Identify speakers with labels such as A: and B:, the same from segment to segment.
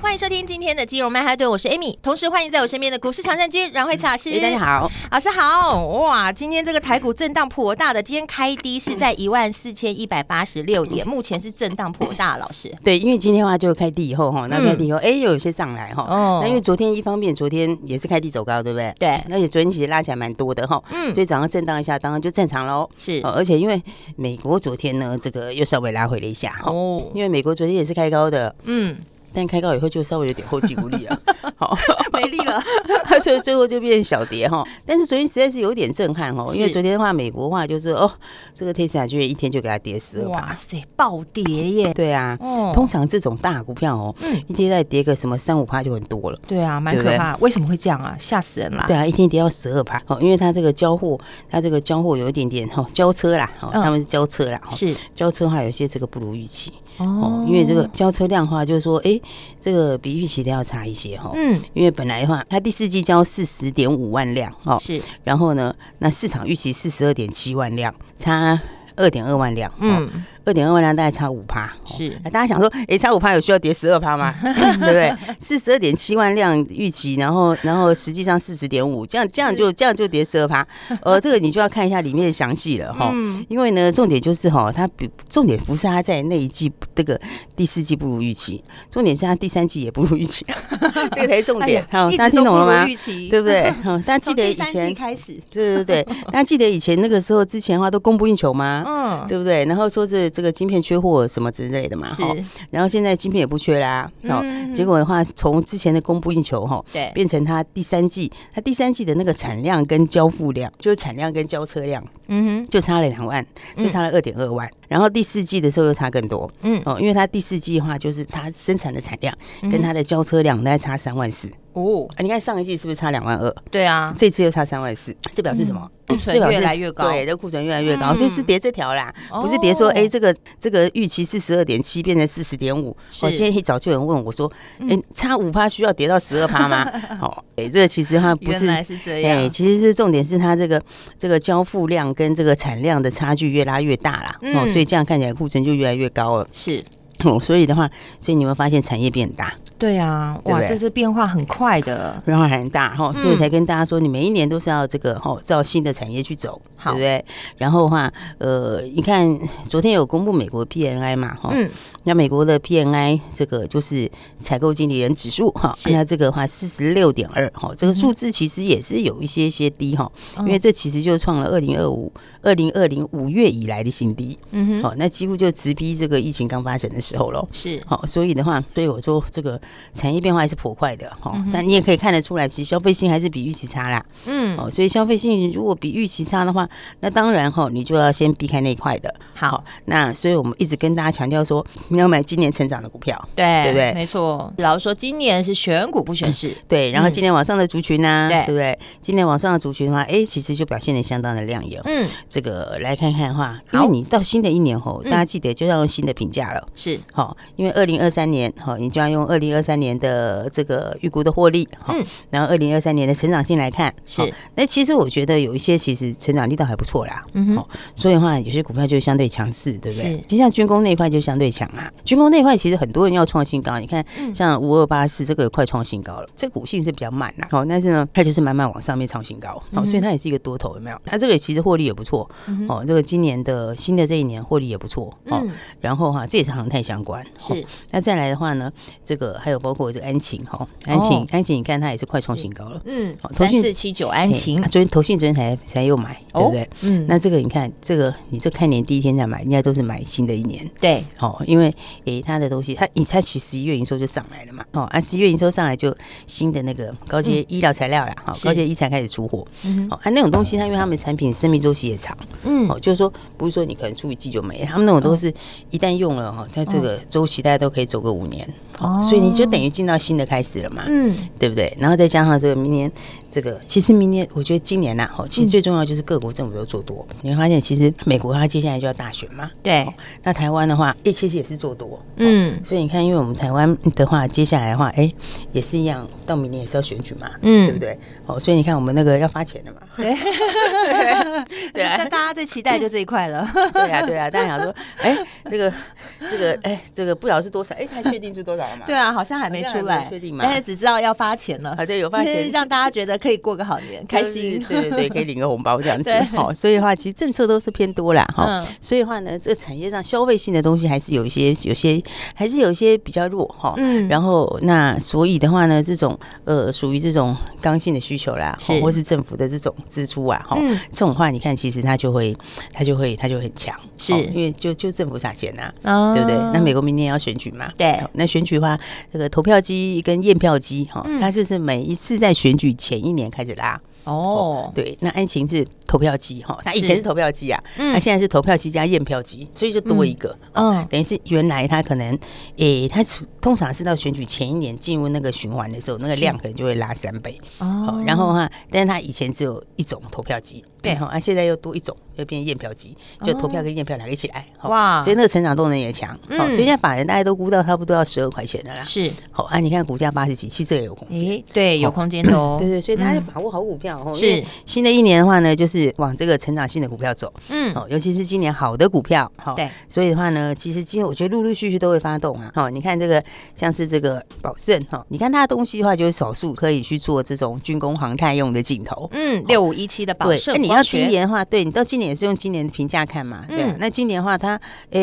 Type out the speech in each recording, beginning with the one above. A: 欢迎收听今天的金融曼哈顿，我是 Amy，同时欢迎在我身边的股市常胜军阮慧慈老师。
B: 哎大家好，
A: 老师好！哇，今天这个台股震荡颇大的，今天开低是在一万四千一百八十六
B: 嗯
A: 点，目前是震荡颇大。老师，
B: 对，因为今天的话就开低以后哈，那开低以后，哎、又有些上来哈。
A: 嗯哦
B: 那因为昨天一方面，昨天也是开低走高，对不对？
A: 对
B: 而且昨天其实拉起来蛮多的哈，
A: 嗯
B: 所以早上震荡一下，当然就正常喽。
A: 是
B: 哦而且因为美国昨天呢，这个又稍微拉回了一下哈，
A: 哦，
B: 因为美国昨天也是开高的，
A: 嗯，
B: 但开高以后就稍微有点后继无力啊。好，
A: 没力了，
B: 它就最后就变小跌哈。但是昨天实在是有点震撼哦，因为
A: 是
B: 昨天的话，美国的话就是哦，这个 Tesla 居然一天就给它跌死了。
A: 哇塞，暴跌耶！
B: 对啊，
A: 哦
B: 通常这种大股票哦，
A: 嗯
B: 一天再跌个什么三五趴就很多了。
A: 对啊，蛮可怕，为什么会这样啊？吓死人了！
B: 对啊，一天跌到十二趴哦，因为它这个交货，它这个交货有一点点哦，交车啦，哦，
A: 嗯
B: 他们是交车啦，哦，
A: 是
B: 交车的话有些这个不如预期
A: 哦
B: 哦，因为这个交车量的话，就是说，哎，这个比预期的要差一些哈、哦，
A: 嗯
B: 因为本来的话，它第四季交四十点五万辆哦，
A: 是
B: 然后呢，那市场预期四十二点七万辆，差二点二万辆，嗯，
A: 嗯
B: 二点二万辆大概差五趴，哦
A: 是
B: 啊大家想说，诶，差五趴有需要跌十二趴 吗？对不对？四十二点七万辆预期，然后然后实际上四十点五，这样这样就这样就跌十二趴。 呃，这个你就要看一下里面的详细了哈。
A: 嗯
B: 因为呢，重点就是哈，它比重点不是它在那一季这个第四季不如预期，重点是它第三季也不如 预期，这个才是重点。
A: 哎呀
B: 好，
A: 一直
B: 大家听
A: 都
B: 懂了
A: 不如
B: 吗？
A: 预期
B: 对不对？好，大家记
A: 从
B: 得
A: 第
B: 以
A: 三季
B: 前，
A: 开始，
B: 对对对，大家记得以前那个时候之前的话都供不应求吗？
A: 嗯，
B: 对不对？然后说这这个晶片缺货什么之类的嘛，
A: 是
B: 哈。然后现在晶片也不缺啦，哦
A: 嗯，
B: 结果的话，从之前的供不应求哈，
A: 对
B: 变成它第三季，它第三季的那个产量跟交付量，就是产量跟交车量
A: 嗯
B: 就差了两万，
A: 嗯
B: 就差了二点二万。然后第四季的时候又差更多，
A: 嗯
B: 哦，因为它第四季的话，就是它生产的产量
A: 哼
B: 跟它的交车量大概差三万四、
A: 哼，哦，
B: 啊。你看上一季是不是差两万二？
A: 对啊，
B: 这次又差三万四，这表示什么？
A: 库
B: 这
A: 存
B: 表示
A: 越来越高，
B: 对，这库存越来越高，
A: 嗯
B: 所以是叠这条啦，
A: 哦
B: 不是叠说，哎、这个这个预期四十二点七变成四十点五。哦
A: 是嗯
B: 我今天一早就有人问我说，哎、差五趴需要叠到十二 趴吗？哦，哎、这个其实它不
A: 原
B: 是。
A: 来是这
B: 哎、
A: 样，
B: 其实是重点是它这个这个交付量跟这个产量的差距越拉越大啦，哦，
A: 嗯
B: 所以这样看起来库存就越来越高了，
A: 是
B: 哦，所以的话，所以你有没有发现产业变大，
A: 对啊，
B: 对不
A: 哇，
B: 对
A: 这次变化很快的，
B: 然后还很大哈、哦，所以
A: 嗯
B: 才跟大家说，你每一年都是要这个哈、哦，照新的产业去走，
A: 好
B: 对不对？然后的话，呃，你看昨天有公布美国 PNI 嘛哈、哦
A: 嗯，
B: 那美国的 PNI 这个就是采购经理人指数哈、
A: 是嗯
B: 那这个的话四十六点二哈，这个数字其实也是有一些些低哈、因
A: 哦
B: 为这其实就创了二零二五、二零二零五月以来的新低，
A: 嗯哼，
B: 哦，那几乎就直逼这个疫情刚发生的时候喽。
A: 是
B: 好、所以的话，对我说这个产业变化还是颇快的哈、
A: 嗯哼
B: 但你也可以看得出来，其实消费性还是比预期差啦。
A: 嗯
B: 哦，所以消费性如果比预期差的话，那当然哈、你就要先避开那一块的。
A: 好，
B: 那所以我们一直跟大家强调说，你要买今年成长的股票。
A: 对
B: 对不对
A: 没错，老实说今年是选股不选市，
B: 对，然后今年往上的族群呢、啊
A: 嗯对
B: 对不对？今年往上的族群的话，哎，其实就表现的相当的亮眼。
A: 嗯
B: 这个来看看的话，因
A: 好
B: 为你到新的一年吼，
A: 嗯
B: 大家记得就要用新的评价了。
A: 是
B: 好，因为二零二三年，好，你就要用二零二三年的这个预估的获利，好
A: 嗯，
B: 然后二零二三年的成长性来看，
A: 是
B: 好。那其实我觉得有一些其实成长力道还不错啦，
A: 嗯哼
B: 好，所以的话有些股票就相对强势，对不
A: 是
B: 对？其实像军工那一块就相对强啊，军工那一块其实很多人要创新高，你看
A: 嗯
B: 像五二八四这个也快创新高了，这股性是比较慢啦，好，但是呢，它就是慢慢往上面创新高，好，
A: 嗯
B: 所以它也是一个多头，有没有？它这个其实获利也不错，哦，这个今年的新的这一年获利也不错，哦
A: 嗯，
B: 然后哈、这也是航太相关，哦
A: 是
B: 那再来的话呢，这个还有包括这个安晴哈，
A: 哦
B: 安晴、安晴，你看它也是快创新高了。
A: 嗯
B: 好投
A: 三
B: 信
A: 四七九安
B: 嘿
A: 晴
B: 啊昨天投信昨天才才又买，对不对？
A: 嗯
B: 那这个你看，这个你这看年第一天再买，应该都是买新的一年
A: 对
B: 哦，因为诶它的东西，它你它其实十一月营收就上来了嘛，哦，啊十一月营收上来就新的那个高阶医疗材料啦，哈、
A: 嗯是
B: 高阶医材开始出货，
A: 嗯哼
B: 哦，啊那种东西它因为他们产品生命周期也长，
A: 嗯
B: 哦，就是说不是说哦
A: 嗯
B: 你可能出一季就没了，他们那种都是一旦用了哈，它这个周期大家都可以走个五年，哦，所以你就等于进到新的开始了嘛，
A: 嗯，
B: 对不对？然后再加上这个明年这个，其实明年我觉得今年呐、哈，
A: 嗯
B: 其实最重要就是各国政府都做多。你会发现，其实美国它接下来就要大选嘛，
A: 对，
B: 那台湾的话，诶、其实也是做多，哦
A: 嗯
B: 所以你看，因为我们台湾的话，接下来的话，哎、也是一样，到明年也是要选举嘛，对不
A: 嗯，
B: 对？哦，所以你看，我们那个要发钱的嘛， 对啊
A: 那大家最期待就这一块了。
B: 对呀、啊，对呀、啊，大家想说，哎、这个，这个，哎、这个不晓得是多少，哎、还确定是多少了嘛？
A: 对啊，好像还没
B: 好像
A: 出
B: 还没
A: 来
B: 确定，嘛
A: 但是只知道要发钱了。
B: 啊，对，有发
A: 就是
B: 现。
A: 让大家觉得可以过个好年，开心。
B: 就是 对对对，可以领个红包这样子
A: 对。
B: 好，所以的话，其实政策都是偏多啦，哈、
A: 嗯
B: 所以的话呢，这个产业上消费性的东西还是有一些、有些，还是有一些比较弱哈。
A: 嗯
B: 然后那所以的话呢，这种呃属于这种刚性的需求啦，
A: 是
B: 齁或是政府的这种支出啊，哈、
A: 嗯
B: 这种话你看，其实它就会它就会它就会很强，
A: 是
B: 齁因为就就政府撒钱啊呐、
A: 哦
B: 对不对？那美国明年要选举嘛，
A: 对
B: 好那选举的话，这个投票机跟验票机哈
A: 嗯，
B: 它就是每一次在选举前一年开始拉，
A: 哦，
B: 对，那爱情是投票机哈，它以
A: 是
B: 前是投票机啊，
A: 嗯
B: 那现在是投票机加验票机，所以就多一个。
A: 嗯，
B: 等于是原来它可能，诶、它通常是到选举前一年进入那个循环的时候，那个量可能就会拉三倍。
A: 哦
B: 哦，然后的话，但是它以前只有一种投票机，
A: 对哦
B: 好，啊，现在又多一种，又变验票机，就投票跟验票两个一起来，哦
A: 哇
B: 所以那个成长动能也强，
A: 嗯
B: 哦，所以现在法人大概都估到差不多要十二块钱的啦，
A: 是，
B: 好啊，你看股价八十几，其实这也有空间。
A: 诶，对，有空间的哦。
B: 对对，所以大家要
A: 嗯
B: 把握好股票哦。
A: 是
B: 因为新的一年的话呢，就是往这个成长性的股票走
A: 嗯，
B: 哦，尤其是今年好的股票哈。哦
A: 对，
B: 所以的话呢，其实今天我觉得陆陆续续都会发动啊。哦，你看这个像是这个宝盛哈，哦你看它的东西的话，就是少数可以去做这种军工航太用的镜头。
A: 嗯，六五一七的宝
B: 哦对，
A: 盛
B: 那
A: 光学，
B: 你要今年的话，对你到今年也是用今年的评价看嘛，对啊、
A: 嗯
B: 那今年的话它，呃，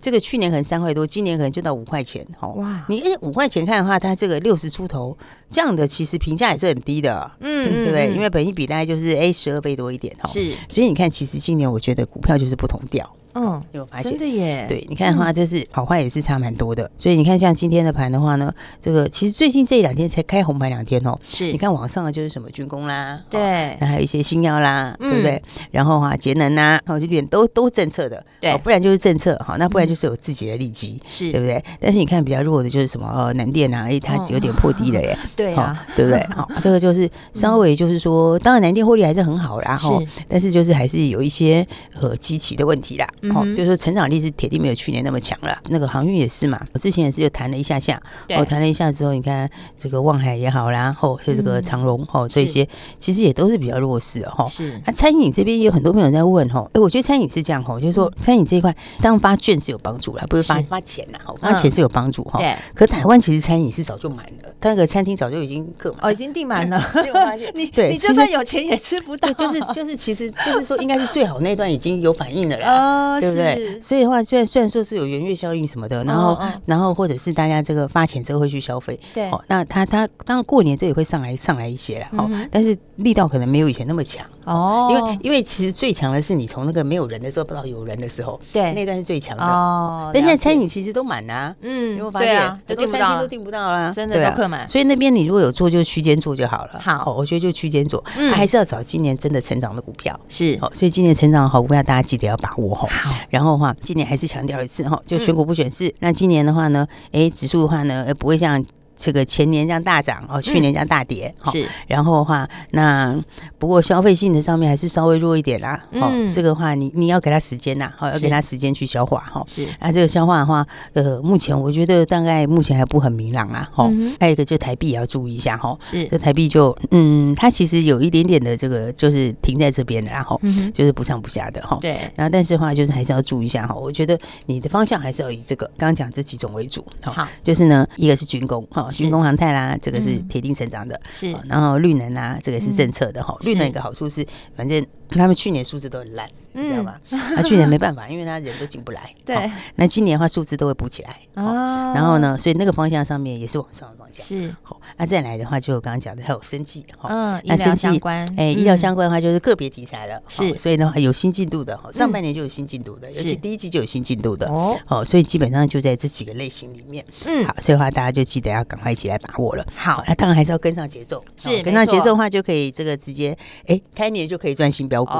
B: 这个去年可能三块多，今年可能就到五块钱，哦。
A: 哇
B: 你哎五块钱看的话，它这个六十出头这样的，其实评价也是很低的，
A: 嗯
B: 对不对？因为本益比大概就是哎十二倍多一点，哦。
A: 是，
B: 所以你看，其实今年我觉得股票就是不同调，
A: 嗯，
B: 你有没有发现
A: 真？的耶，，
B: 哦对，你看的话，就是好坏也是差蛮多的。所以你看，像今天的盘的话呢，这个其实最近这两天才开红盘两天哦。
A: 是，
B: 你看网上的就是什么军工啦，哦
A: 对
B: 那还有一些新药啦，
A: 嗯
B: 对不对？然后啊，节能啦，哦，这边都都政策的，
A: 对嗯
B: 哦不然就是政策，好，那不然就是有自己的利基。
A: 是，
B: 哎对不对？但是你看比较弱的就是什么呃南电啊，哎，它
A: 哦
B: 有点破低了耶，
A: 对啊，
B: 哦，对 不对？好，这个就是稍微就是说，当然南电获利还是很好啦，哈
A: 是，
B: 但是就是还是有一些呃基期的问题啦，
A: 嗯
B: 哦
A: 哼，
B: 就是说成长力是铁定没有去年那么强了。那个航运也是嘛，我之前也是有谈了一下下，
A: 对
B: 哦，谈了一下之后，你看这个望海也好啦，后这个
A: 嗯
B: 长荣哦，这
A: 是
B: 些其实也都是比较弱势哈。
A: 是，
B: 那、餐饮这边也有很多朋友在问吼，哎、我觉得餐饮是这样吼，就是说餐饮这一块，当然发券是有帮助啦，不是
A: 嗯
B: 发
A: 是
B: 发钱啦，吼
A: 嗯
B: 发钱是有帮助哈。
A: 对，
B: 可台湾其实餐饮是早就满了，它那个餐厅早就已经客满
A: 哦，
B: 了。
A: 已经订满 了，
B: 所以我发现
A: 你
B: 对
A: 你
B: 其
A: 就算
B: 实
A: 有钱也吃不到，
B: 对，就是 就是，其实就是说，应该是最好那段已经有反应了啦。
A: 呃，
B: 啊对不对
A: 是？
B: 所以的话，虽然虽然说是有圆月效应什么的，然后、
A: 嗯嗯
B: 然后或者是大家这个发钱之后会去消费，
A: 对
B: 哦，那它它当然过年这也会上来上来一些啦，哦，
A: 嗯哼
B: 但是力道可能没有以前那么强，
A: 哦，
B: 因为因为其实最强的是你从那个没有人的时候到有人的时候，
A: 对
B: 那段是最强的。
A: 哦，
B: 但现在
A: 了解
B: 餐饮其实都满啦、
A: 嗯
B: 你会，发
A: 对
B: 现
A: 啊，都
B: 很多
A: 订不
B: 餐
A: 到
B: 厅都
A: 啊，
B: 订不到啦，
A: 真的
B: 对啊
A: 都客满
B: 所以那边你如果有做，就区间做就好了。
A: 好
B: 哦我觉得就区间做，啊
A: 嗯
B: 还是要找今年真的成长的股票。
A: 是
B: 好，所以今年成长的好股票，大家记得要把握哈。
A: 好，嗯
B: 然后的话，今年还是强调一次哈，就选股不选市。那今年的话呢，哎，指数的话呢，呃不会像这个前年这样大涨哦，去年这样大跌。哈
A: 嗯是
B: 然后的话，那不过消费性的上面还是稍微弱一点啦。哦，
A: 嗯
B: 这个话你你要给它时间啦，好、要
A: 是
B: 给它时间去消化哈。
A: 是，
B: 啊，这个消化的话，呃，目前我觉得大概目前还不很明朗啦，哈、
A: 嗯哼
B: 还有一个就台币也要注意一下哈、吼
A: 是
B: 这台币就，嗯，它其实有一点点的这个就是停在这边的啦，然后、
A: 嗯哼，
B: 就是不上不下的哈。吼
A: 对，
B: 然后，但是的话就是还是要注意一下哈。我觉得你的方向还是要以这个刚刚讲这几种为主。吼
A: 好
B: 就是呢，一个是军工哈，
A: 是
B: 军工航太啦，这个是
A: 嗯
B: 铁定成长的。
A: 是
B: 哦然后绿能啦，这个是政策的哈。
A: 嗯
B: 绿能
A: 是
B: 有一个好处是，反正他们去年数字都很烂，你知道
A: 嗯
B: 吗？那去年没办法，因为他人都进不来。
A: 对
B: 哦那今年的话数字都会补起来。哦
A: 啊
B: 然后？呢，所以那个方向上面也是往上的方向。
A: 是，
B: 好，那再来的话，就我刚刚讲的还有生计哈。
A: 嗯，医
B: 那
A: 疗
B: 生
A: 相
B: 计
A: 关，
B: 哎，医疗
A: 嗯
B: 相关的话就是个别题材了，哦
A: 是
B: 所以的话有新进度的，哦上
A: 嗯
B: 半年就有新进度的，尤
A: 是
B: 其第一季就有新进度的，
A: 哦，
B: 哦，所以基本上就在这几个类型里面。
A: 嗯，
B: 好，所以的话大家就记得要赶快一起来把握了。
A: 好
B: 那当然还是要跟上节奏，哦
A: 是
B: 跟上
A: 没错
B: 节奏的话，就可以这个直接哎、开年就可以赚新标标股
A: 哦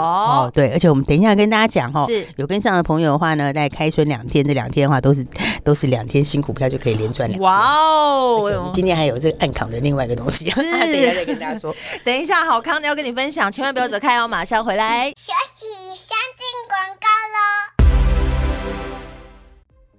B: 哦，对，而且我们等一下跟大家讲哈，
A: 是
B: 有跟上的朋友的话呢，在开春两天，这两天的话都是 都是两天新股票就可以连赚两。
A: 哇
B: 而且我们
A: 哦！
B: 今天还有这个暗扛的另外一个东西，
A: 是
B: 等一下再跟大家说。
A: 等一下，好康的要跟你分享，千万不要走开哦，马上回来。
C: 学习相近广告喽。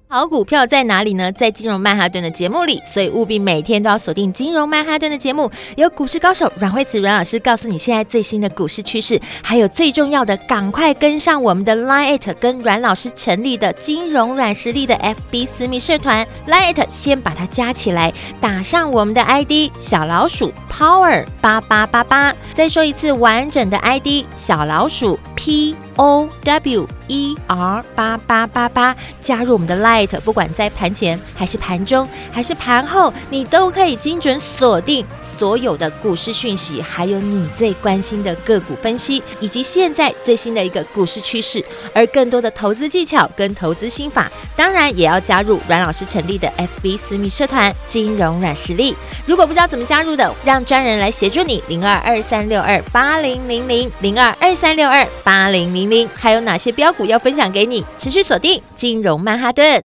A: 好股票在哪里呢？在金融曼哈顿的节目里，所以务必每天都要锁定金融曼哈顿的节目，由股市高手阮慧慈阮老师告诉你现在最新的股市趋势，还有最重要的，赶快跟上我们的 Line It 跟阮老师成立的金融软实力的 FB 私密社团 Line It，先把它加起来，打上我们的 ID 小老鼠 Power 八八八八，再说一次完整的 ID 小老鼠 P O W E R 八八八八，加入我们的 Light，不管在盘前还是盘中还是盘后，你都可以精准锁定所有的股市讯息，还有你最关心的个股分析，以及现在最新的一个股市趋势，而更多的投资技巧跟投资心法，当然也要加入阮老师成立的 FB 私密社团“金融软实力”。如果不知道怎么加入的，让专人来协助你。零二二三六二八零零零零二二三六二八零零零，还有哪些标股要分享给你？持续锁定金融曼哈顿。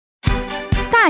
D: 大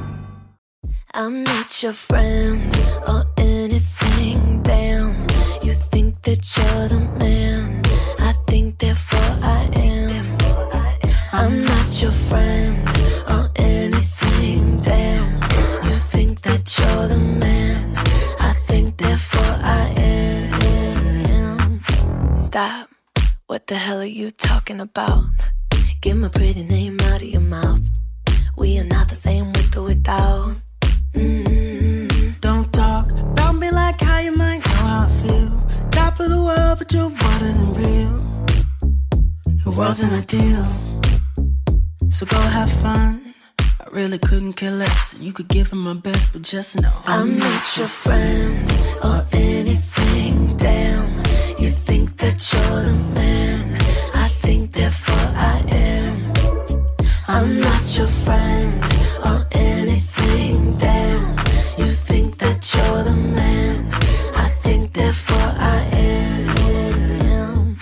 E: I'm not your friend or anything. Damn, you think that you're the man. I think therefore I am. I'm not your friend or anything. Damn, you think that you're the man. I think therefore I am. Stop. What the hell are you talking about? Get my pretty name out of your mouth. We are not the same with or without. Mm-mm-mm.
F: Don't talk about me like how you might know how I feel. Top of the world, but your world isn't real. Your world's an ideal. So go have fun. I really couldn't care less. And you could give them my best, but just know
E: I'm not your friend or anything. Damn, you think that you're the man. I think therefore I am. I'm not your friend or anything. Damn, you think that you're the man. I think therefore I am.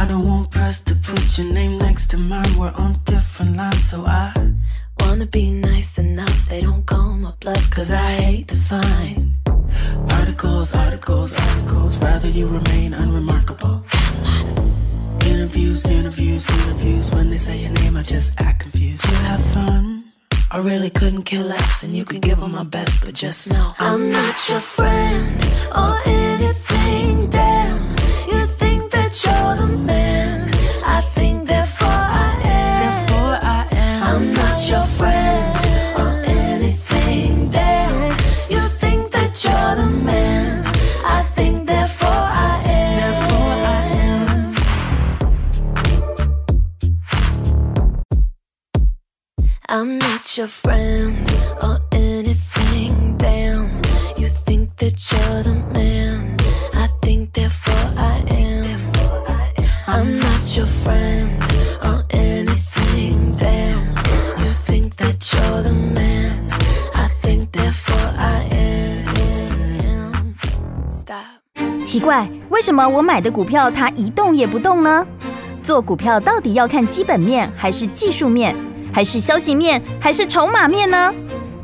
F: I don't want press to put your name next to mine. We're on different lines, so I.
E: Wanna be nice enough, they don't call my bluff, cause I hate to find.
F: Articles, articles, articles. Rather you remain unremarkable. Interviews, interviews, interviews. When they say your name, I just act confused. You have fun. I really couldn't care less, and you could give them my best, but just know
E: I'm not your friend or anything, damn. You think that you're the man. I think therefore I am.
F: therefore I am.
E: I'm not your friend or anything, damn. You think that you're the man. I think therefore I am. Therefore I am. I'm not your friend or anything, damn. You think that you're the man. I think therefore I am. I'm not your friend or anything, damn. You think that you're the man. I think therefore I am. Stop.
D: 奇怪，为什么我买的股票它一动也不动呢？做股票到底要看基本面，还是技术面，还是消息面，还是筹码面呢？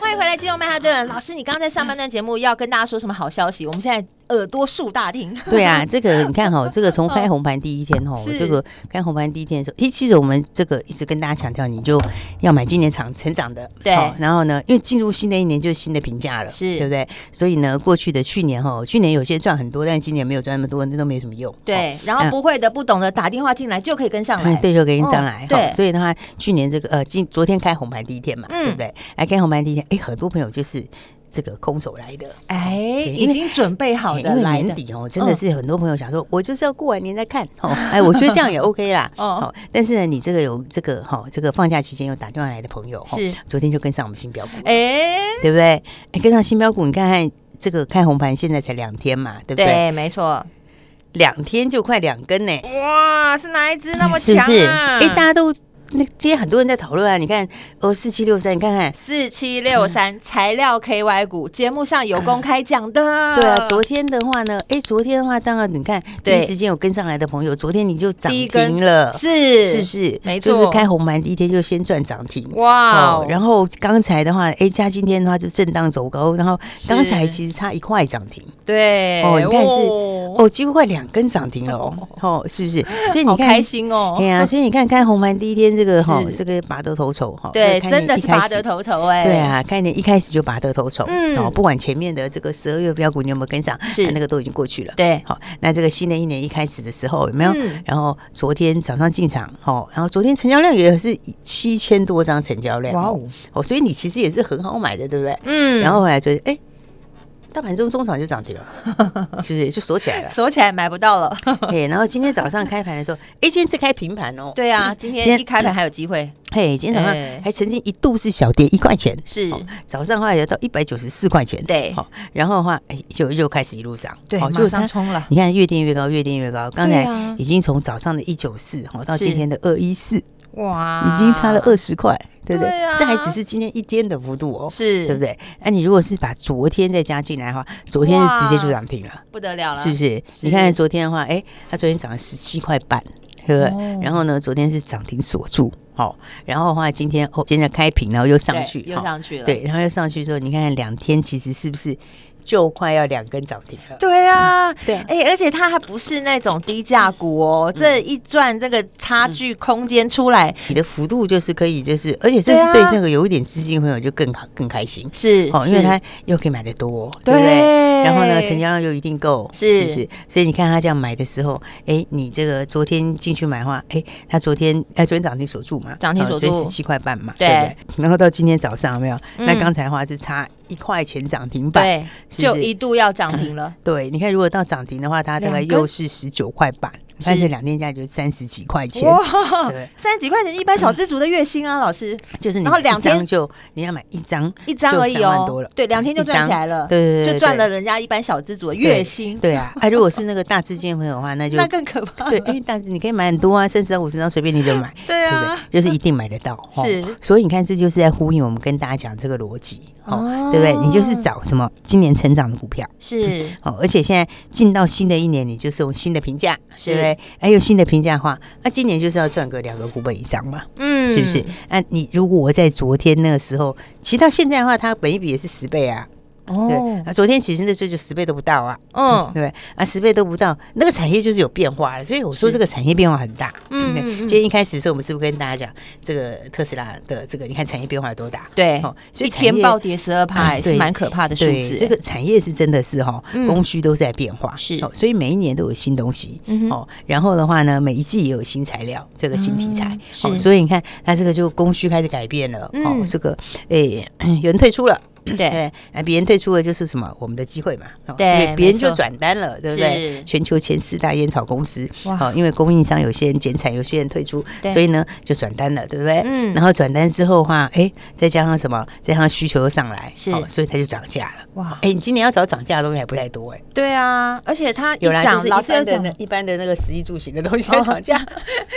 A: 欢迎回来，金融曼哈顿老师，你刚刚在上半段节目要跟大家说什么好消息？我们现在耳朵竖大听。
B: 对啊，这个你看哈，这个从开红盘第一天哈，我
A: 是
B: 这个开红盘第一天的时候，诶，其实我们这个一直跟大家强调，你就要买今年长成长的，
A: 对
B: 好然后呢，因为进入新的一年就是新的评价了，
A: 是
B: 对不对？所以呢，过去的去年哈，去年有些赚很多，但今年没有赚那么多，那都没什么用。
A: 对，然后
B: 嗯
A: 不会的、不懂的，打电话进来就可以跟上来。
B: 嗯，对，就给你
A: 嗯
B: 上来。
A: 对
B: 哈所以的话，去年这个呃，今昨天开红盘第一天嘛，
A: 嗯
B: 对不对？来开红盘第一天，哎，很多朋友就是这个空手来的。
A: 哎，已
B: 因为
A: 经准备好
B: 哎
A: 的
B: 因为
A: 来的嗯
B: 年。底哦，真的是很多朋友想说，我就是要过完年再看哦。哎，我觉得这样也 OK 啦。
A: 哦
B: 哦，但是呢，你这个有这个哈，这个放假期间有打电话来的朋友，哦
A: 是
B: 昨天就跟上我们新标股了，
A: 哎，
B: 对不对？哎，跟上新标股，你看看这个开红盘现在才两天嘛，对不对？
A: 对，没错。
B: 两天就快两根呢，
A: 哇，是哪一只那么
B: 是
A: 强
B: 不
A: 啊？
B: 是？哎，大家都。那今天很多人在讨论啊，你看哦，四七六三，你看看，
A: 四七六三材料 KY 股节目上有公开讲的。
B: 对啊，昨天的话呢，哎，昨天的话，当然你看第
A: 对
B: 一时间有跟上来的朋友，昨天你就涨
A: 第一根
B: 停了，
A: 是
B: 是不是？
A: 没
B: 就是
A: 错。
B: 开红盘第一天就先赚涨停。
A: 哇
B: 哦，然后刚才的话，哎，加今天的话就震荡走高，然后刚才其实差一块涨停，
A: 对
B: 哦你看是
A: 哦
B: 哦，几乎快两根涨停 了哦，哦，是不是？所以
A: 好
B: 你
A: 开
B: 看，
A: 心哦
B: 哎。呀，所以你看开红盘第一天这个哈
A: 是，
B: 这个拔得头筹哈，
A: 对，
B: 这个概念
A: 真的是
B: 哦一开始
A: 拔得头筹哎。
B: 对，啊，概念一开始就拔得头筹，
A: 嗯
B: 哦，不管前面的这个十二月标股你有没有跟上，
A: 是
B: 啊那个都已经过去了。
A: 对
B: 好，那这个新的一年一开始的时候有没有？
A: 嗯
B: 然后昨天早上进场，哦，然后昨天成交量也是七千多张成交量，
A: 哇
B: 哇
A: 哦
B: 哦，哦，所以你其实也是很好买的，对不对？
A: 嗯，
B: 然后后来昨天，哎，大盘中中场就涨停 了，是不是就锁起来了？
A: 锁起来买不到了。
B: 哎，然后今天早上开盘的时候，哎，今天是开平盘哦，
A: 对 啊，今
B: 今
A: 天
B: 天
A: 一开盘还有机会，
B: 嘿，今天早
A: 哎
B: 上还曾经一度是小跌一块钱，
A: 是
B: 哦早上后来有到一百九十四块钱，
A: 对
B: 好，然后的话，哎，就又开始一路涨，
A: 对，
B: 好
A: 马上。
B: 就它
A: 冲了。
B: 你看，越垫越高，越垫越高。刚
A: 对
B: 才
A: 啊
B: 已经从早上的一九四，哦，到
A: 是
B: 今天的二一四，已
A: 哇
B: 经差了二十块，对不对
A: 对啊？
B: 这还只是今天一天的幅度哦，
A: 是
B: 对不对？那你如果是把昨天再加进来的话，昨天是直接就涨停了。
A: 不得了了，
B: 是不？是？你看昨天的话，哎、它昨天涨了十七块半，对不对？
A: 哦
B: 然后呢，昨天是涨停锁住，好、然后的话，今天哦，现在开平，然后又上
A: 对
B: 去，
A: 又
B: 哦
A: 上去了
B: 对，然后又上去之后，你看两天其实是不是就快要两根涨停了？
A: 对啊，
B: 对啊嗯
A: 哎、而且它还不是那种低价股哦，这一赚这个差距空间出来、
B: 你的幅度就是可以，就是而且这
A: 对啊
B: 是对那个有一点资金的朋友就更好更开心。
A: 是
B: 哦，因为
A: 是
B: 它又可以买的多，
A: 对
B: 对不对？然后呢，成交量又一定够，
A: 是
B: 不是？所以你看它这样买的时候，哎，你这个昨天进去买的话，哎，它昨天哎昨天涨停锁住嘛，哦
A: 涨停锁住
B: 十七块半嘛，
A: 对
B: 对不对？然后到今天早上有没有？
A: 嗯
B: 那刚才的话是差一块钱涨停板。
A: 对，
B: 是嗯
A: 就
B: 不
A: 是一度要涨停了，
B: 对，你看，如果到涨停的话，它大概
A: 两根
B: 又是十九块半，但是两天加起来就三十几块钱，
A: 哇
B: 对，
A: 三十几块钱一般小资族的月薪啊，老师
B: 就是你
A: 然后
B: 买一
A: 两天
B: 张就你要买一张，
A: 一张
B: 就
A: 而已
B: 3万多
A: 哦
B: 了，
A: 对，两天就
B: 一张
A: 赚起来了，
B: 对对对对
A: 就赚了人家一般小资族的月薪，
B: 对啊，哎，如果是那个大资金的朋友的话，那就
A: 那更可 怕，
B: 对，因为但是你可以买很多啊，三十张、五十张，随便你怎么买，
A: 对
B: 对不
A: 啊，
B: 对？就是一定买得 到。哦
A: 是
B: 所以你看，这就是在呼应我们跟大家讲这个逻辑，
A: 哦
B: 哦，对不对？你就是找什么今年成长的股票，
A: 是
B: 哦，而且现在进到新的一年，你就是用新的评价，
A: 是
B: 对不对？哎，有新的评价的话，那今年就是要赚个两个股本以上嘛，
A: 嗯
B: 是不是？那你如果我在昨天那个时候，其实到现在的话，它本一比也是十倍啊，对，
A: 哦，
B: 啊，昨天其实那时候就十倍都不到啊，
A: 嗯
B: 对，啊，十倍都不到，那个产业就是有变化了，所以我说
A: 是
B: 这个产业变化很大。
A: 嗯嗯
B: 对
A: 嗯
B: 今天一开始的时候，我们是不是跟大家讲这个特斯拉的这个，你看产业变化有多大？
A: 对
B: 哦，所
A: 一
B: 以产业嗯
A: 天暴跌十二趴，
B: 哎
A: 哎
B: 对
A: 是蛮可怕的数
B: 对
A: 字。
B: 这个产业是真的是哈、
A: 嗯
B: 供需都在变化，哦
A: 是
B: 所以每一年都有新东西、
A: 嗯哼
B: 哦。然后的话呢，每一季也有新材料，这个新题材，
A: 嗯
B: 哦
A: 是
B: 所以你看，它这个就供需开始改变了，
A: 嗯
B: 哦，这个诶、 有人退出了。
A: 对，
B: 哎，别人退出的就是什么？我们的机会嘛，哦
A: 对
B: 因为别人
A: 没
B: 就
A: 错
B: 转单了，对
A: 是
B: 不对？全球前四大烟草公司，
A: 哇
B: 哦，因为供应商有些人减产，有些人退出
A: 对，
B: 所以呢就转单了，对不对？
A: 嗯
B: 然后转单之后的话，哎，再加上什么？再加上需求又上来，哦
A: 是
B: 所以它就涨价了。
A: 哇，
B: 哎，你今年要找涨价的东西还不太多哎，
A: 对啊，而且它一
B: 有啦，就
A: 涨
B: 是一
A: 老是要
B: 般的
A: 涨
B: 那，一般的那个食衣住行的东西在涨价，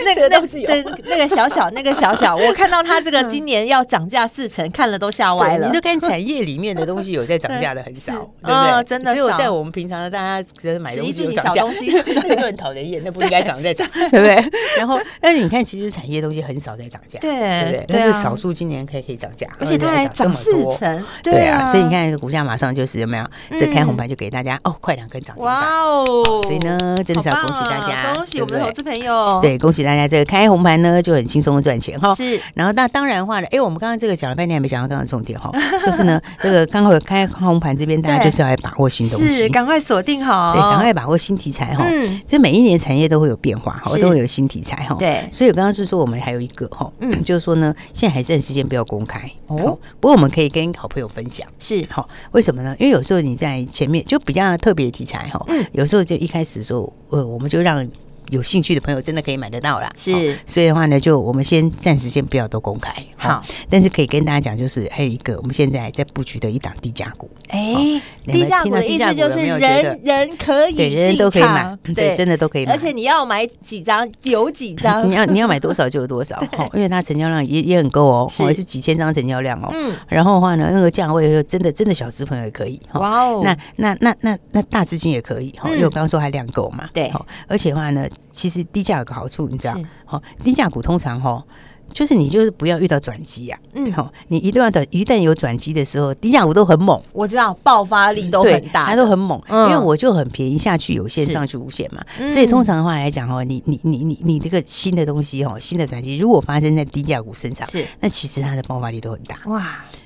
A: 那
B: 这
A: 个
B: 个
A: 那
B: 倒是有嗯
A: 对那个小小那个小小，我看到它这个今年要涨价四成，看了都吓歪
B: 对，
A: 了
B: 你就。看产业里面的东西有在涨价的很 少，
A: 是
B: 对不
A: 嗯
B: 对？
A: 真的
B: 只有
A: 少
B: 在我们平常的大家可能买
A: 食
B: 东
A: 衣
B: 西
A: 住
B: 有
A: 行
B: 涨
A: 小
B: 价
A: 东，西，
B: 那就很讨人厌，那不应该涨再涨， 对不对？然后，但是你看，其实产业东西很少在涨价，
A: 对
B: 不对？但
A: 啊
B: 是少数今年可以可以涨价，
A: 而且它还涨四
B: 这么多。
A: 成，
B: 对啊，所以你，看股价马上就是有没有？这开
A: 嗯
B: 红盘就给大家哦，快两根涨停板。
A: 哇哦！
B: 所以，呢，真的是要
A: 好
B: 恭
A: 棒
B: 喜
A: 啊
B: 大家，
A: 恭喜
B: 对
A: 我
B: 不
A: 们的投
B: 对
A: 资朋友，
B: 对，哦恭喜大家这个开红盘呢就很轻松的赚钱哈。
A: 是
B: 然后那当然话呢，哎，我们刚刚这个讲了半天，还没讲到刚刚的重 点哈，就是呢，这个刚好开红盘这边，大家
A: 对
B: 就是要来把握新东西，
A: 是，赶快锁定好，
B: 对，赶快把握新题材哈。
A: 嗯
B: 这每一年产业都会有变化哈，
A: 是
B: 都会有新题材哈。
A: 对
B: 所以我刚刚是说我们还有一个哈，
A: 嗯
B: 嗯，就是说呢，现在还暂时先不要公开
A: 哦
B: 哦，不过我们可以跟好朋友分享。
A: 是
B: 好，为什么呢？因为有时候你在前面就比较特别的题材哈，
A: 嗯
B: 有时候就一开始的时候，呃，我们就让有兴趣的朋友真的可以买得到啦。
A: 是
B: 哦所以的话呢，就我们先暂时先不要都公开。
A: 好
B: 哦，但是可以跟大家讲，就是还有一个我们现在在布局的一档低价股。
A: 哎，
B: 哦你们
A: 低价股
B: 听到
A: 的意
B: 低价
A: 思
B: 股
A: 就
B: 有
A: 是
B: 没有觉
A: 人人可以
B: 对，人人
A: 进
B: 都可以买嗯
A: 场，
B: 对，真的都可以买。
A: 而且你要买几张有几张
B: 你，要你要买多少就有 多少，哦，因为它成交量也也很够哦，
A: 是
B: 哦也是几千张成交量哦。
A: 嗯，
B: 然后的话呢，那个价位又真的真的小资朋友也可以，哦
A: 哇哦，
B: 那那那那那大资金也可以，哈、
A: 嗯
B: 因为我刚刚说它量够嘛，
A: 对
B: 哦，而且的话呢，其实低价有个好处，你知道
A: 是，
B: 哦，低价股通常哈、哦，就是你就是不要遇到转机呀、
A: 嗯
B: 好、你一段的一旦有转机的时候，低价股都很猛，
A: 我知道爆发力都很大的，
B: 它都很猛，
A: 嗯
B: 因为我就很便宜下去有限，
A: 是
B: 上去无限嘛，
A: 嗯
B: 所以通常的话来讲哦，你你你你你这个新的东西哦，新的转机如果发生在低价股身上，
A: 是
B: 那其实它的爆发力都很大，
A: 哇，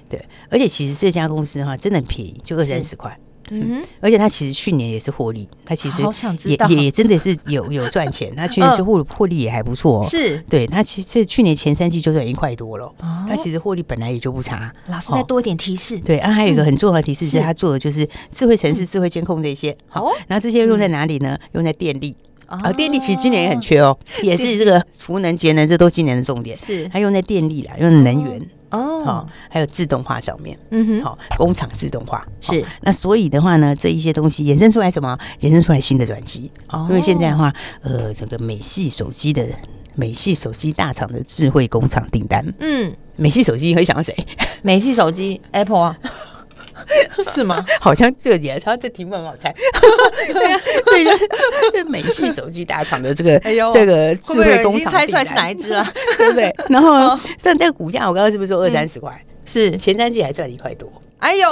B: 对，而且其实这家公司的话真的很便宜，就二三十块。
A: 嗯哼，
B: 而且它其实去年也是获利，它其实
A: 好想知
B: 也
A: 道嗯
B: 也也真的是 有有赚钱，它去年是获获利也还不错哦。
A: 是
B: 对，它其实去年前三季就赚一块多了，
A: 哦
B: 它其实获利本来也就不差。
A: 老师再
B: 哦
A: 多一点提示，
B: 对啊，还有一个很重要的提示是，
A: 是嗯
B: 它做的就是智慧城市、智慧监控这些。
A: 哦
B: 好，那这些用在哪里呢？用在电力。
A: 啊
B: 啊，电力其实今年也很缺哦，也是这个储能、节能，这都今年的重点。
A: 是
B: 它用在电力啦，用在能源，好
A: 哦，，
B: 还有自动化上面。
A: 嗯哼，
B: 好、工厂自动化
A: 是
B: 好那所以的话呢，这一些东西衍生出来什么？衍生出来新的转机哦，因为现在的话，呃，整个美系手机的。美系手机大厂的智慧工厂订单，
A: 嗯，
B: 美系手机你会想到谁？
A: 美系手机 Apple 啊， 是吗？
B: 好像这也，他这题目很好猜。对啊，对，就就美系手机大厂的这个、
A: 哎呦
B: 这个智
A: 会不会有
B: 慧
A: 人已
B: 工
A: 经
B: 厂
A: 猜
B: 订
A: 出来
B: 单，
A: 是哪一哦只啊了？
B: 对不 对？然后像这个股价，我刚刚是不是说二三十块？
A: 是，
B: 前三季还赚一块多，
A: 哎呦，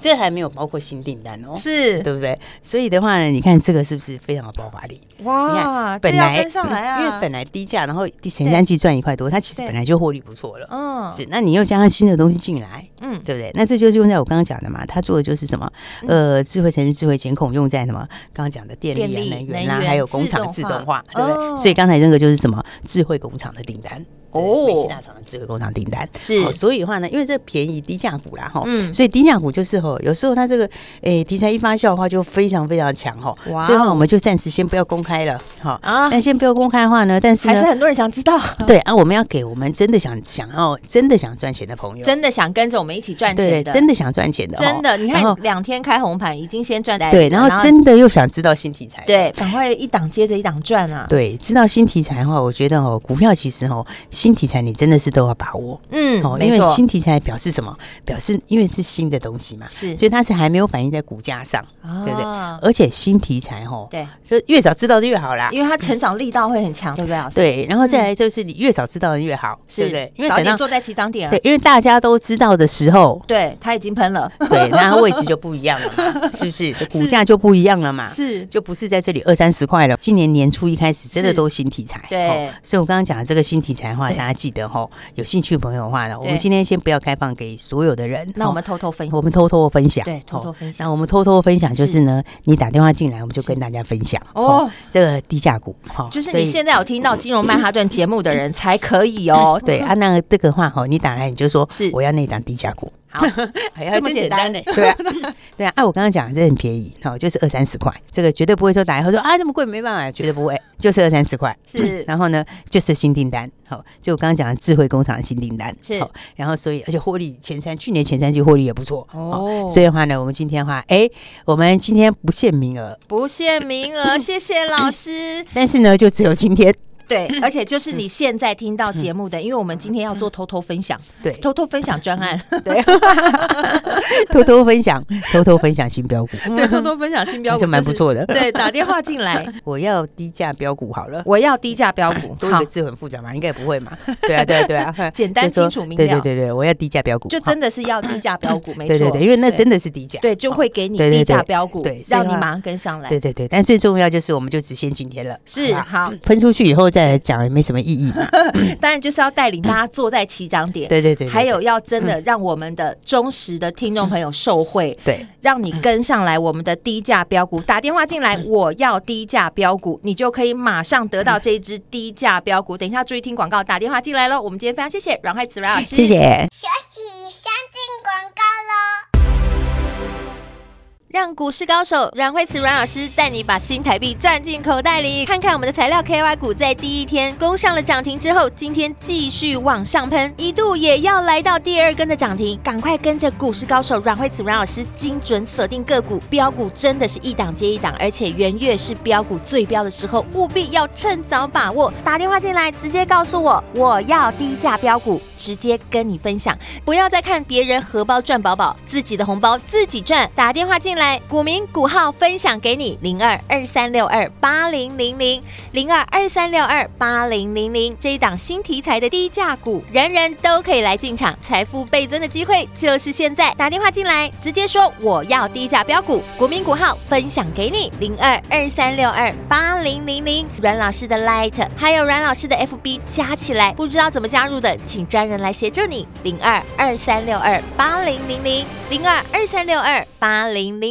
B: 这还没有包括新订单哦。
A: 是
B: 对不对？所以的话呢，你看这个是不是非常有爆发力？你
A: 哇，
B: 看，
A: 这
B: 本
A: 要
B: 来
A: 跟上来
B: 嗯
A: 啊，
B: 因为本来低价，然后第前三季赚一块多，它其实
A: 对
B: 本来就获利不错了。
A: 嗯
B: 是，那你又加上新的东西进来，
A: 嗯
B: 对不对？那这就是用在我刚刚讲的嘛，它做的就是什么？呃，智慧城市、智慧监控用在什么？刚刚讲的电力
A: 电力
B: 啊、能源啦、
A: 能源
B: 还有工厂自动化，
A: 自动化
B: 对不对？
A: 哦
B: 所以刚才那个就是什么智慧工厂的订单。对
A: 哦
B: 美系大厂的智慧工厂订单
A: 是
B: 好所以的话呢，因为这便宜低价股啦，哈、
A: 嗯
B: 所以低价股就是吼，有时候它这个诶题材一发酵的话，就非常非常强哈，
A: 哇哦
B: 所以的话我们就暂时先不要公开了，哈
A: 啊
B: 但先不要公开的话呢，但是
A: 还是
B: 呢，
A: 很多人想知道，
B: 对啊，我们要给我们真的想想要真的想赚钱的朋友，
A: 真的想跟着我们一起赚
B: 对
A: 钱
B: 对，
A: 的，
B: 真的想赚钱的，
A: 真的，
B: 哦
A: 你
B: 然
A: 看
B: 后
A: 两天开红盘已经先赚来，
B: 对，然后真的又想知道新题材，
A: 对，赶快一档接着一档赚啊，
B: 对，知道新题材的话，我觉得哦，股票其实哦，新题材你真的是都要把握。
A: 嗯，
B: 哦，因
A: 没
B: 为
A: 错，
B: 新题材表示什么？表示因为是新的东西嘛，
A: 是
B: 所以它是还没有反映在股价上，对不对？
A: 啊
B: 而且新题材吼，
A: 对，
B: 就越早知道就越好啦。
A: 因为它成长力道会很强，对不对，老师？，
B: 对，然后再来就是你越早知道的越好，
A: 是
B: 对不对？因为
A: 早
B: 等
A: 点
B: 到
A: 坐在起涨点啊，
B: 对，因为大家都知道的时候，
A: 对，它已经喷 了，
B: 对，那位置就不一样了嘛， 是不是？股价就不一样了嘛，
A: 是
B: 就不是在这里二三十块了。今年年初一开始，真的
A: 是
B: 都新题材，
A: 对
B: 哦所以我刚刚讲的这个新题材的话，
A: 对
B: 大家记得吼，有兴趣的朋友的话呢，我们
A: 对
B: 今天先不要开放给所有的人，
A: 那我们
B: 哦
A: 偷偷分
B: 我们偷偷分 享，
A: 对偷偷
B: 哦
A: 分享
B: 那我们偷偷分享就是呢，你打电话进来，我们就跟大家分享
A: 哦
B: 哦，这个低价股哈，
A: 就是
B: 所
A: 你
B: 以
A: 现在有听到金融曼哈顿节目的人才可以哦。
B: 对啊，那这个话哈，你打来你就说
A: 是
B: 我要那档低价股，
A: 好，
B: 哎呀
A: 这么简单欸
B: 真简单呢？对啊， 对啊。啊，我刚刚讲的这很便宜，哦，就是二三十块，这个绝对不会说打来后说啊这么贵没办法，绝对 不会，就是二三十块。
A: 是
B: 然后呢，就是新订单，好、就我刚刚讲的智慧工厂的新订单
A: 是
B: 好然后所以而且获利前三，去年前三季获利也不错
A: 哦
B: 所以的话呢，我们今天的话，哎，我们今天不限名额，
A: 不限名额，谢谢老 师。
B: 但是呢，就只有今天，
A: 对，而且就是你现在听到节目的，因为我们今天要做偷偷分享，
B: 对
A: 偷偷分享专 案，
B: 对，偷偷分享，偷偷分享新标股，
A: 对，偷偷分享新标
B: 那
A: 股，
B: 就蛮不错的
A: 就是对，打电话进来，
B: 我要低价标股好了。
A: 我要低价标股，
B: 多一
A: 好
B: 个，字很复杂嘛，应该也不会嘛。对啊，对啊，对啊，
A: 简单
B: 就说
A: 清楚明
B: 对
A: 了
B: 对对对，我要低价标股，
A: 就
B: 好
A: 真的是要低价标股，没错，
B: 嗯对对对，因为那真
A: 的
B: 的是低价。
A: 对，就会给你
B: 对对
A: 低价
B: 对
A: 标股
B: 对，所以
A: 让你
B: 话
A: 马上跟上来
B: 对。对对，但最重要就是我们就只限今天了，
A: 是
B: 好不好
A: 好，
B: 喷出去以后再来讲也没什么意义嘛。
A: 当然就是要带领大家坐在起涨点，
B: 嗯对对嗯对，对
A: 还有要真的让我们的忠实的听众朋友受惠，
B: 对
A: 让你跟上来我们的低价标股，打电话进
B: 嗯
A: 来，我要低价标股，你就可以马上得到这一只低价标股。等一下注意听广告，打电话进来喽。我们今天非常谢谢阮海慈阮老师，
B: 谢谢。
C: 休息一下，进广告喽。
A: 让股市高手阮慧慈阮老师带你把新台币赚进口袋里。看看我们的材料 KY 股在第一天攻上了涨停之后，今天继续往上喷，一度也要来到第二根的涨停。赶快跟着股市高手阮慧慈阮老师精准锁定个股，标股真的是一档接一档，而且元月是标股最标的时候，务必要趁早把握。打电话进来直接告诉我，我要低价标股，直接跟你分享。不要再看别人荷包赚饱饱，自己的红包自己赚。打电话进来，股民股号分享给你零二二三六二八零零零零二二三六二八零零零这一档新题材的低价股，人人都可以来进场，财富倍增的机会就是现在。打电话进来，直接说我要低价标股，股民股号分享给你零二二三六二八零零零。阮老师的 Light 还有阮老师的 FB 加起来，不知道怎么加入的，请专人来协助你零二二三六二八零零零零二二三六二八零零